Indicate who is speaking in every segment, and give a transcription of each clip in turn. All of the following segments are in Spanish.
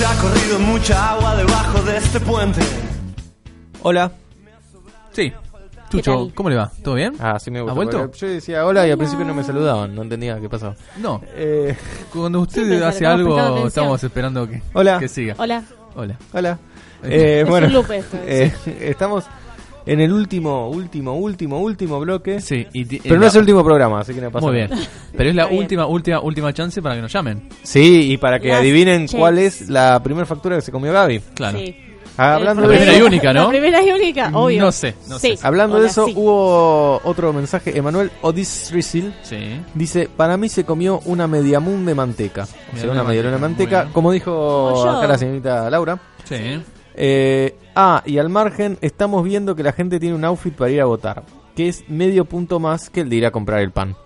Speaker 1: Ya ha corrido mucha agua debajo de este puente.
Speaker 2: Hola.
Speaker 3: Sí.
Speaker 4: ¿Qué
Speaker 3: Chucho,
Speaker 4: tal?
Speaker 3: ¿cómo le va? ¿Todo bien?
Speaker 2: Ah, sí me gusta.
Speaker 3: ¿Ha vuelto?
Speaker 2: porque Yo decía hola y al principio no me saludaban, no entendía qué pasó.
Speaker 3: No.
Speaker 2: Eh,
Speaker 3: Cuando usted
Speaker 4: Siempre
Speaker 3: hace
Speaker 4: estamos prestando
Speaker 3: algo,
Speaker 4: atención.
Speaker 3: estamos esperando que,
Speaker 2: Hola.
Speaker 3: que siga.
Speaker 4: Hola.
Speaker 3: Hola.
Speaker 2: hola. Eh,
Speaker 4: Es
Speaker 2: bueno,
Speaker 4: un loop esto,
Speaker 2: eh, estamos en el último, último, último, último bloque.
Speaker 3: Sí, y ti-
Speaker 2: Pero
Speaker 3: eh,
Speaker 2: no es el
Speaker 3: la-
Speaker 2: último programa, así que no pasa
Speaker 3: Muy bien.
Speaker 2: nada.
Speaker 3: Pero es la
Speaker 4: Está bien.
Speaker 3: última, última, última chance para que nos llamen.
Speaker 2: Sí, y para que
Speaker 4: Las
Speaker 2: adivinen
Speaker 4: checks.
Speaker 2: cuál es la primera factura que se comió Gaby.
Speaker 3: Claro.
Speaker 4: Sí.
Speaker 2: Hablando
Speaker 4: La
Speaker 3: de- primera y
Speaker 4: primera-
Speaker 3: única, ¿no? Mm,
Speaker 4: La primera y única, obvio.
Speaker 3: No sé, no
Speaker 4: Sí.
Speaker 3: sé.
Speaker 2: Hablando
Speaker 4: Hola,
Speaker 2: de eso,
Speaker 4: sí.
Speaker 2: hubo otro mensaje. Emanuel Odisrisil
Speaker 3: Sí.
Speaker 2: dice, para mí se comió una mediamun de manteca. O sea,
Speaker 3: Medialuna
Speaker 2: una
Speaker 3: de
Speaker 2: medialuna de
Speaker 3: manteca,
Speaker 2: manteca,
Speaker 3: muy bien.
Speaker 2: como dijo
Speaker 4: Como yo.
Speaker 2: acá la señorita Laura.
Speaker 3: Sí.
Speaker 2: Eh, ah, y al margen, estamos viendo que la gente tiene un outfit para ir a votar, que es medio punto más que el de ir a comprar el pan.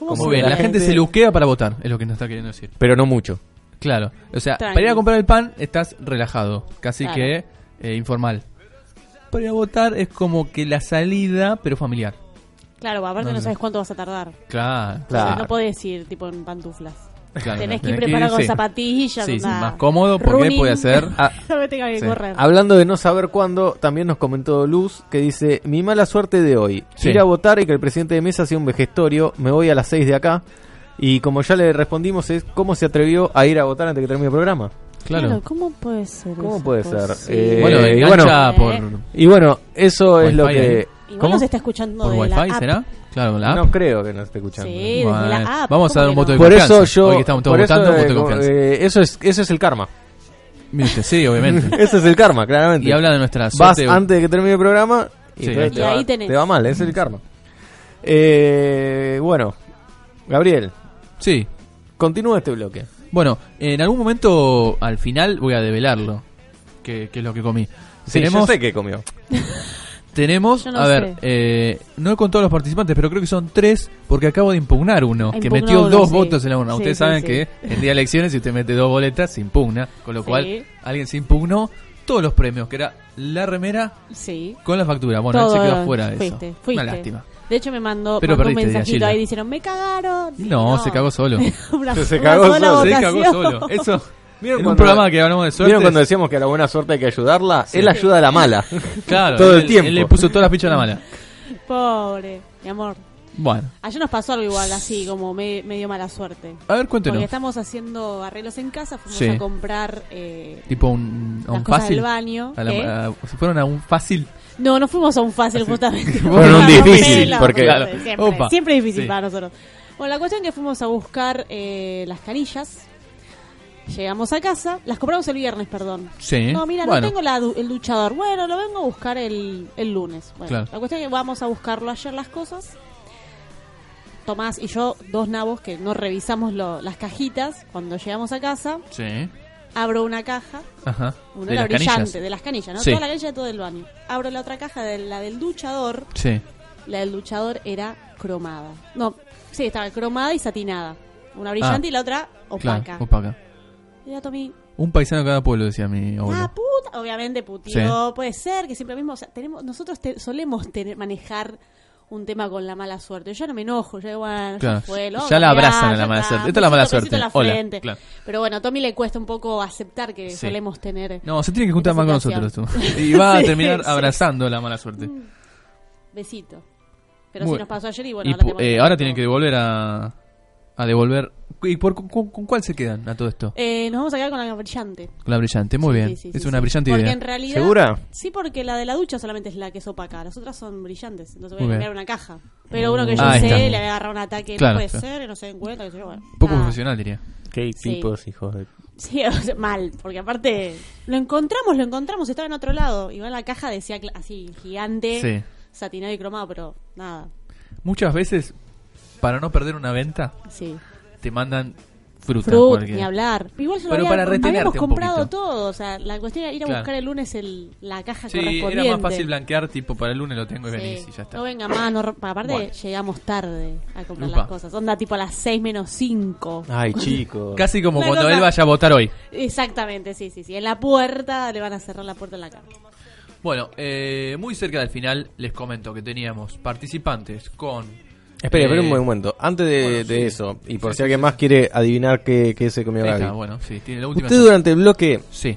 Speaker 4: ¿Cómo
Speaker 3: Muy
Speaker 2: Como
Speaker 4: se-
Speaker 3: bien,
Speaker 2: la
Speaker 3: la gente
Speaker 2: gente-
Speaker 3: se luquea para votar, es lo que nos está queriendo decir.
Speaker 2: Pero no mucho.
Speaker 3: Claro. O sea,
Speaker 4: Tranqui.
Speaker 3: para ir a comprar el pan estás relajado, casi
Speaker 4: Claro.
Speaker 3: que eh, informal. Para ir a votar es como que la salida, pero familiar.
Speaker 4: Claro, aparte
Speaker 3: No,
Speaker 4: no,
Speaker 3: no.
Speaker 4: sabes cuánto vas a tardar.
Speaker 3: Claro.
Speaker 4: O sea,
Speaker 2: Claro.
Speaker 4: no podés ir tipo en pantuflas.
Speaker 3: Claro,
Speaker 4: Tenés que ir
Speaker 3: tenés que
Speaker 4: preparado
Speaker 3: ir,
Speaker 4: con
Speaker 3: sí.
Speaker 4: zapatillas.
Speaker 3: Sí, sí,
Speaker 4: onda.
Speaker 3: más cómodo porque
Speaker 4: Running.
Speaker 3: puede hacer.
Speaker 2: Ah,
Speaker 4: no me tenga que
Speaker 2: sí.
Speaker 4: correr.
Speaker 2: Hablando de no saber cuándo, también nos comentó Luz que dice, mi mala suerte de hoy,
Speaker 3: Sí.
Speaker 2: ir a votar y que el presidente de mesa sea un vejestorio, me voy a las 6 de acá. Y como ya le respondimos es, ¿cómo se atrevió a ir a votar antes que termine el programa?
Speaker 3: Claro.
Speaker 4: ¿Cómo puede ser?
Speaker 2: ¿Cómo
Speaker 4: esa
Speaker 2: puede
Speaker 4: cosa?
Speaker 2: ser?
Speaker 4: Sí.
Speaker 2: Eh,
Speaker 3: Bueno,
Speaker 2: y
Speaker 3: engancha
Speaker 4: bueno.
Speaker 3: por,
Speaker 2: Y bueno, eso es lo
Speaker 3: Wi-Fi ahí.
Speaker 2: que...
Speaker 4: Igual
Speaker 3: ¿Cómo?
Speaker 4: nos está escuchando
Speaker 3: por
Speaker 4: de la
Speaker 3: Wi-Fi,
Speaker 4: app.
Speaker 3: ¿será? ¿eh? Claro, con la app.
Speaker 2: No creo que nos esté escuchando.
Speaker 4: Sí, desde la app.
Speaker 3: Vamos a
Speaker 4: ¿cómo
Speaker 3: dar
Speaker 4: que
Speaker 3: un voto
Speaker 4: no?
Speaker 3: de
Speaker 2: Por
Speaker 3: confianza.
Speaker 2: eso yo...
Speaker 3: Hoy que estamos todos
Speaker 2: por eso,
Speaker 3: votando, un voto
Speaker 2: eh,
Speaker 3: de confianza.
Speaker 2: eh, eso, es, eso es el karma.
Speaker 3: Mire usted, sí, obviamente.
Speaker 2: Eso es el karma, claramente.
Speaker 3: y habla de nuestra
Speaker 2: Vas
Speaker 3: suerte.
Speaker 2: antes de que termine el programa y,
Speaker 3: Sí.
Speaker 2: entonces
Speaker 4: Y
Speaker 2: te, va,
Speaker 4: ahí tenés.
Speaker 2: te va mal, es el karma. Eh, bueno, Gabriel,
Speaker 3: Sí.
Speaker 2: continúa este bloque.
Speaker 3: Bueno, en algún momento al final voy a develarlo. Que, que es lo que comí.
Speaker 2: Sí, yo
Speaker 3: tenemos,
Speaker 2: sé que comió.
Speaker 3: tenemos,
Speaker 4: Yo no
Speaker 3: a ver,
Speaker 4: sé.
Speaker 3: eh, no he contado a los participantes, pero creo que son tres, porque acabo de impugnar uno,
Speaker 4: Ah,
Speaker 3: que
Speaker 4: impugnó
Speaker 3: metió
Speaker 4: uno,
Speaker 3: dos
Speaker 4: sí.
Speaker 3: votos en la urna.
Speaker 4: Sí,
Speaker 3: Ustedes
Speaker 4: sí,
Speaker 3: saben
Speaker 4: sí.
Speaker 3: que en día de elecciones, si usted mete dos boletas, se impugna. Con lo
Speaker 4: Sí.
Speaker 3: cual, alguien se impugnó todos los premios, que era la remera
Speaker 4: Sí.
Speaker 3: con la factura. Bueno, él
Speaker 4: Todo
Speaker 3: se quedó fuera de
Speaker 4: fuiste,
Speaker 3: eso.
Speaker 4: Fuiste.
Speaker 3: Una lástima.
Speaker 4: De hecho, me mandó,
Speaker 3: Pero
Speaker 4: mandó un
Speaker 3: perdiste,
Speaker 4: mensajito
Speaker 3: Yashila.
Speaker 4: ahí diciendo, me cagaron. Sí,
Speaker 3: No, se cagó solo.
Speaker 4: Una-
Speaker 2: Se
Speaker 4: una
Speaker 2: cagó
Speaker 4: sola
Speaker 2: solo.
Speaker 3: Se
Speaker 4: votación.
Speaker 3: cagó solo. Eso.
Speaker 2: ¿Vieron
Speaker 3: en un
Speaker 2: cuando-
Speaker 3: programa que hablamos de suerte.
Speaker 2: ¿Vieron cuando decíamos que a la buena suerte hay que ayudarla? Él ayuda a la mala.
Speaker 3: Claro,
Speaker 2: todo el
Speaker 3: él-
Speaker 2: tiempo.
Speaker 3: él le puso todas las pichas a la mala.
Speaker 4: Pobre, mi amor.
Speaker 3: Bueno,
Speaker 4: Ayer nos pasó algo igual, así, como me- medio mala suerte.
Speaker 3: a ver,
Speaker 4: Porque
Speaker 3: cuéntenos.
Speaker 4: estamos haciendo arreglos en casa, fuimos
Speaker 3: Sí.
Speaker 4: a comprar eh,
Speaker 3: Tipo un, a
Speaker 4: las
Speaker 3: un
Speaker 4: cosas
Speaker 3: fácil.
Speaker 4: del baño.
Speaker 3: A la-
Speaker 4: ¿eh?
Speaker 3: a- se fueron a un fácil.
Speaker 4: No, no fuimos a un fácil justamente.
Speaker 3: Fueron
Speaker 2: a un
Speaker 4: Una
Speaker 2: difícil,
Speaker 4: rompela,
Speaker 2: porque-
Speaker 4: no
Speaker 3: Claro.
Speaker 4: sé,
Speaker 3: Opa.
Speaker 4: siempre, siempre difícil
Speaker 3: Sí.
Speaker 4: para nosotros. Bueno, la cuestión es que fuimos a buscar eh, las canillas. Llegamos a casa, las compramos el viernes, perdón.
Speaker 3: Sí.
Speaker 4: No, mira,
Speaker 3: Bueno.
Speaker 4: no tengo la du- el duchador. Bueno, lo vengo a buscar el, el lunes. Bueno,
Speaker 3: Claro.
Speaker 4: La cuestión es que vamos a buscarlo ayer las cosas. Tomás y yo, dos nabos que no revisamos lo- las cajitas. Cuando llegamos a casa,
Speaker 3: Sí.
Speaker 4: abro una caja,
Speaker 3: Ajá.
Speaker 4: una
Speaker 3: de
Speaker 4: era
Speaker 3: las
Speaker 4: brillante,
Speaker 3: canillas.
Speaker 4: de las canillas, ¿no?
Speaker 3: Sí.
Speaker 4: Toda la canilla de todo el baño. Abro la otra caja, de la del duchador.
Speaker 3: Sí.
Speaker 4: La del duchador era cromada. No, sí, estaba cromada y satinada. Una brillante
Speaker 3: Ah.
Speaker 4: y la otra opaca.
Speaker 3: Claro, opaca.
Speaker 4: Y la tomé,
Speaker 3: Un paisano de cada pueblo, decía mi abuelo.
Speaker 4: ah, puta. Obviamente, putido. Puede ser que siempre mismo. O sea, tenemos, nosotros te- solemos tener, manejar un tema con la mala suerte. Yo no me enojo, yo digo, bueno, ya
Speaker 3: Claro,
Speaker 4: fue,
Speaker 3: ya
Speaker 4: lo vamos
Speaker 3: la
Speaker 4: a mirar,
Speaker 3: abrazan a la
Speaker 4: ya
Speaker 3: mala
Speaker 4: está,
Speaker 3: suerte. Esta es la mala
Speaker 4: besito, besito en la
Speaker 3: suerte. Hola,
Speaker 4: frente.
Speaker 3: claro.
Speaker 4: Pero bueno, a Tommy le cuesta un poco aceptar que
Speaker 3: Sí.
Speaker 4: solemos tener
Speaker 3: no, se tiene que juntar
Speaker 4: Esa
Speaker 3: más con
Speaker 4: situación.
Speaker 3: nosotros tú. Y va a
Speaker 4: Sí,
Speaker 3: terminar
Speaker 4: sí.
Speaker 3: abrazando la mala suerte.
Speaker 4: besito. Pero
Speaker 3: Muy-
Speaker 4: sí nos pasó ayer y bueno,
Speaker 3: Y
Speaker 4: ahora
Speaker 3: pu-
Speaker 4: tenemos
Speaker 3: eh,
Speaker 4: que-
Speaker 3: ahora tienen que devolver a, a devolver. ¿Y por, con, con- con cuál se quedan a todo esto?
Speaker 4: Eh, nos vamos a quedar con la brillante.
Speaker 3: Con la brillante, muy
Speaker 4: Sí,
Speaker 3: bien.
Speaker 4: sí, sí,
Speaker 3: es
Speaker 4: sí,
Speaker 3: una
Speaker 4: sí.
Speaker 3: brillante
Speaker 4: Porque
Speaker 3: idea.
Speaker 4: en realidad.
Speaker 2: ¿Segura?
Speaker 4: Sí, porque la de la ducha solamente es la que es opaca. Las otras son brillantes. Entonces voy
Speaker 3: Muy bien.
Speaker 4: a
Speaker 3: Mm,
Speaker 4: cambiar una caja. Pero uno que yo
Speaker 3: Ahí
Speaker 4: sé
Speaker 3: está.
Speaker 4: le había agarrado un ataque.
Speaker 3: Claro,
Speaker 4: no puede
Speaker 3: claro.
Speaker 4: ser, no se den cuenta. Que yo, bueno,
Speaker 3: Poco
Speaker 4: nada.
Speaker 3: profesional, diría.
Speaker 2: Qué
Speaker 4: Sí.
Speaker 2: tipos, hijos de...
Speaker 4: Sí, o sea, mal. Porque aparte. Lo encontramos, lo encontramos. Estaba en otro lado. Igual la caja decía cla- así, gigante.
Speaker 3: Sí.
Speaker 4: Satinado y cromado, pero nada.
Speaker 3: Muchas veces, para no perder una venta,
Speaker 4: Sí.
Speaker 3: te mandan fruta.
Speaker 4: Fruit,
Speaker 3: cualquier-
Speaker 4: ni hablar. Igual yo lo
Speaker 3: Pero
Speaker 4: había,
Speaker 3: para retenerte
Speaker 4: habíamos
Speaker 3: un
Speaker 4: comprado
Speaker 3: poquito.
Speaker 4: todo. O sea, la cuestión era ir a
Speaker 3: Claro.
Speaker 4: buscar el lunes el, la caja
Speaker 3: Sí,
Speaker 4: correspondiente.
Speaker 3: era más fácil blanquear, tipo, para el lunes lo tengo y venís
Speaker 4: Sí.
Speaker 3: y ya está.
Speaker 4: No venga más, no rompa. aparte
Speaker 3: Bueno.
Speaker 4: llegamos tarde a comprar
Speaker 3: Upa. Ah.
Speaker 4: las cosas. Onda tipo a las 6 menos 5.
Speaker 2: Ay, chicos.
Speaker 3: Casi como
Speaker 4: Una
Speaker 3: cuando
Speaker 4: cosa-
Speaker 3: él vaya a votar hoy.
Speaker 4: Exactamente, sí, sí, sí. En la puerta le van a cerrar la puerta en la cara.
Speaker 3: Bueno, eh, muy cerca del final les comento que teníamos participantes con
Speaker 2: Espera,
Speaker 3: Eh,
Speaker 2: espera un momento. Antes de, de eso, y por si alguien más quiere adivinar qué, qué se comió
Speaker 3: Ahí está,
Speaker 2: Gaby.
Speaker 3: bueno, sí, tiene la última.
Speaker 2: Usted durante el bloque
Speaker 3: Sí.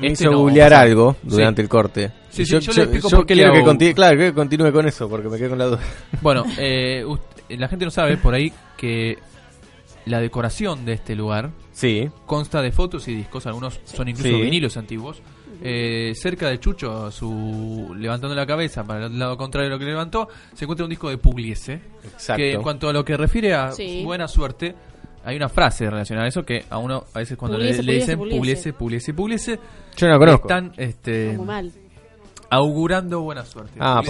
Speaker 2: me
Speaker 3: Este
Speaker 2: hizo
Speaker 3: no,
Speaker 2: googlear
Speaker 3: vamos a-
Speaker 2: algo
Speaker 3: Sí.
Speaker 2: durante el corte.
Speaker 3: Sí,
Speaker 2: Y
Speaker 3: sí, yo le explico por qué
Speaker 2: quiero que
Speaker 3: hago-
Speaker 2: continúe, claro, quiero que continúe con eso, porque me quedé con la duda.
Speaker 3: Bueno, eh, us- la gente no sabe por ahí que la decoración de este lugar
Speaker 2: Sí,
Speaker 3: consta de fotos y discos, algunos son incluso
Speaker 2: Sí.
Speaker 3: vinilos antiguos. Eh, cerca de Chucho, su, levantando la cabeza para el lado contrario de lo que levantó, se encuentra un disco de Pugliese.
Speaker 2: Exacto.
Speaker 3: Que en cuanto a lo que refiere a
Speaker 4: Sí.
Speaker 3: buena suerte, hay una frase relacionada a eso que a uno a veces cuando
Speaker 4: Pugliese,
Speaker 3: le, le dicen
Speaker 4: Pugliese.
Speaker 3: Pugliese, Pugliese, Pugliese,
Speaker 2: yo no la conozco.
Speaker 3: están este,
Speaker 4: Como mal.
Speaker 3: augurando buena suerte. Pugliese
Speaker 2: Ah, por